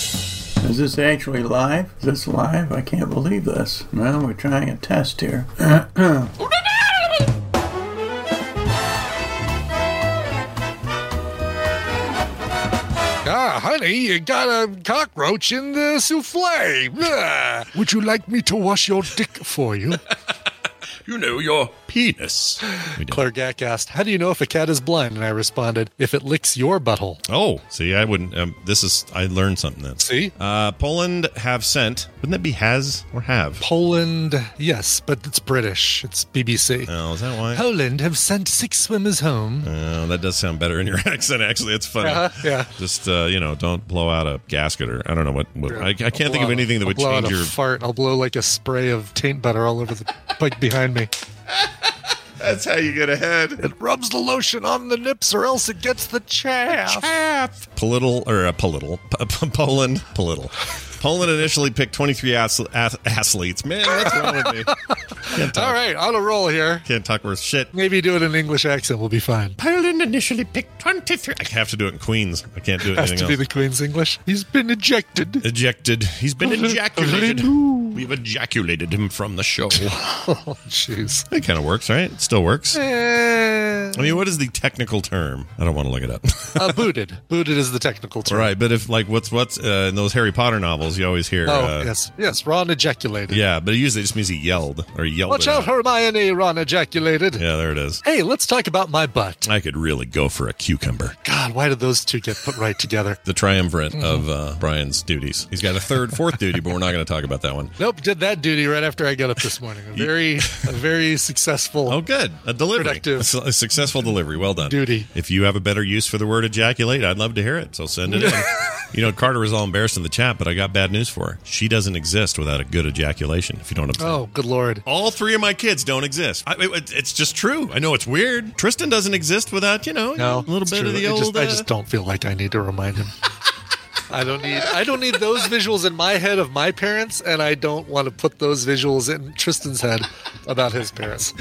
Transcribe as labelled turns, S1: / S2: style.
S1: Is this actually live? Is this live? I can't believe this. Well, we're trying a test here. Hello,
S2: Ah, honey, you got a cockroach in the souffle. Ah. Blah. Would you like me to wash your dick for you?
S3: You know, your penis.
S2: Claire Gack asked, How do you know if a cat is blind? And I responded, If it licks your butthole.
S3: Oh, see, I wouldn't. Um, this is. I learned something then.
S2: See?
S3: Uh, Poland have sent. Wouldn't that be has or have?
S2: Poland, yes, but it's British. It's BBC.
S3: Oh, is that why?
S2: Poland have sent six swimmers home.
S3: Oh, that does sound better in your accent. Actually, it's funny.
S2: Uh-huh, yeah.
S3: Just uh, you know, don't blow out a gasket or I don't know what. what I, I can't think of anything that would
S2: I'll blow out
S3: change
S2: a
S3: your.
S2: fart. I'll blow like a spray of taint butter all over the bike behind me.
S3: That's how you get ahead.
S2: It rubs the lotion on the nips, or else it gets the chaff. Chaff.
S3: Political or uh, political? P- p- Poland, political. Poland initially picked 23 ath- ath- athletes. Man, what's wrong with me? Can't talk.
S2: All right, on a roll here.
S3: Can't talk worth shit.
S2: Maybe do it in an English accent. We'll be fine.
S3: Poland initially picked 23. I have to do it in Queens. I can't do it
S2: Has to
S3: anything
S2: be
S3: else.
S2: the Queen's English. He's been ejected.
S3: Ejected. He's been ejaculated. We've ejaculated him from the show. that
S2: Oh, jeez.
S3: kind of works, right? It still works. I
S2: Eh,
S3: mean, what is the technical term? I don't want to look it up.
S2: uh, booted. Booted is the technical term.
S3: right, but if like what's what's uh, in those Harry Potter novels, you always hear.
S2: Oh,
S3: uh,
S2: yes. Yes, Ron ejaculated.
S3: Yeah, but it usually just means he yelled or he yelled.
S2: Watch
S3: it
S2: out, Hermione, Ron ejaculated.
S3: Yeah, there it is.
S2: Hey, let's talk about my butt.
S3: I could really go for a cucumber.
S2: God, why did those two get put right together?
S3: The triumvirate
S2: Mm-hmm.
S3: of uh, Brian's duties. He's got a third, fourth duty, but we're not going to talk about that one.
S2: Nope, did that duty right after I got up this morning. A very, a very successful.
S3: Oh, good. A delivery.
S2: Productive.
S3: A, su- a successful delivery. Well done.
S2: Duty.
S3: If you have a better use for the word ejaculate, I'd love to hear it. So send it in. you know, Carter was all embarrassed in the chat, but I got bad news for her. She doesn't exist without a good ejaculation, if you don't understand.
S2: Oh, good lord.
S3: All three of my kids don't exist. I, it, it's just true. I know it's weird. Tristan doesn't exist without, you know,
S2: No,
S3: a little
S2: it's
S3: bit
S2: true.
S3: of the
S2: I
S3: old.
S2: Just, I
S3: uh,
S2: just don't feel like I need to remind him. I don't need. I don't need those visuals in my head of my parents, and I don't want to put those visuals in Tristan's head about his parents.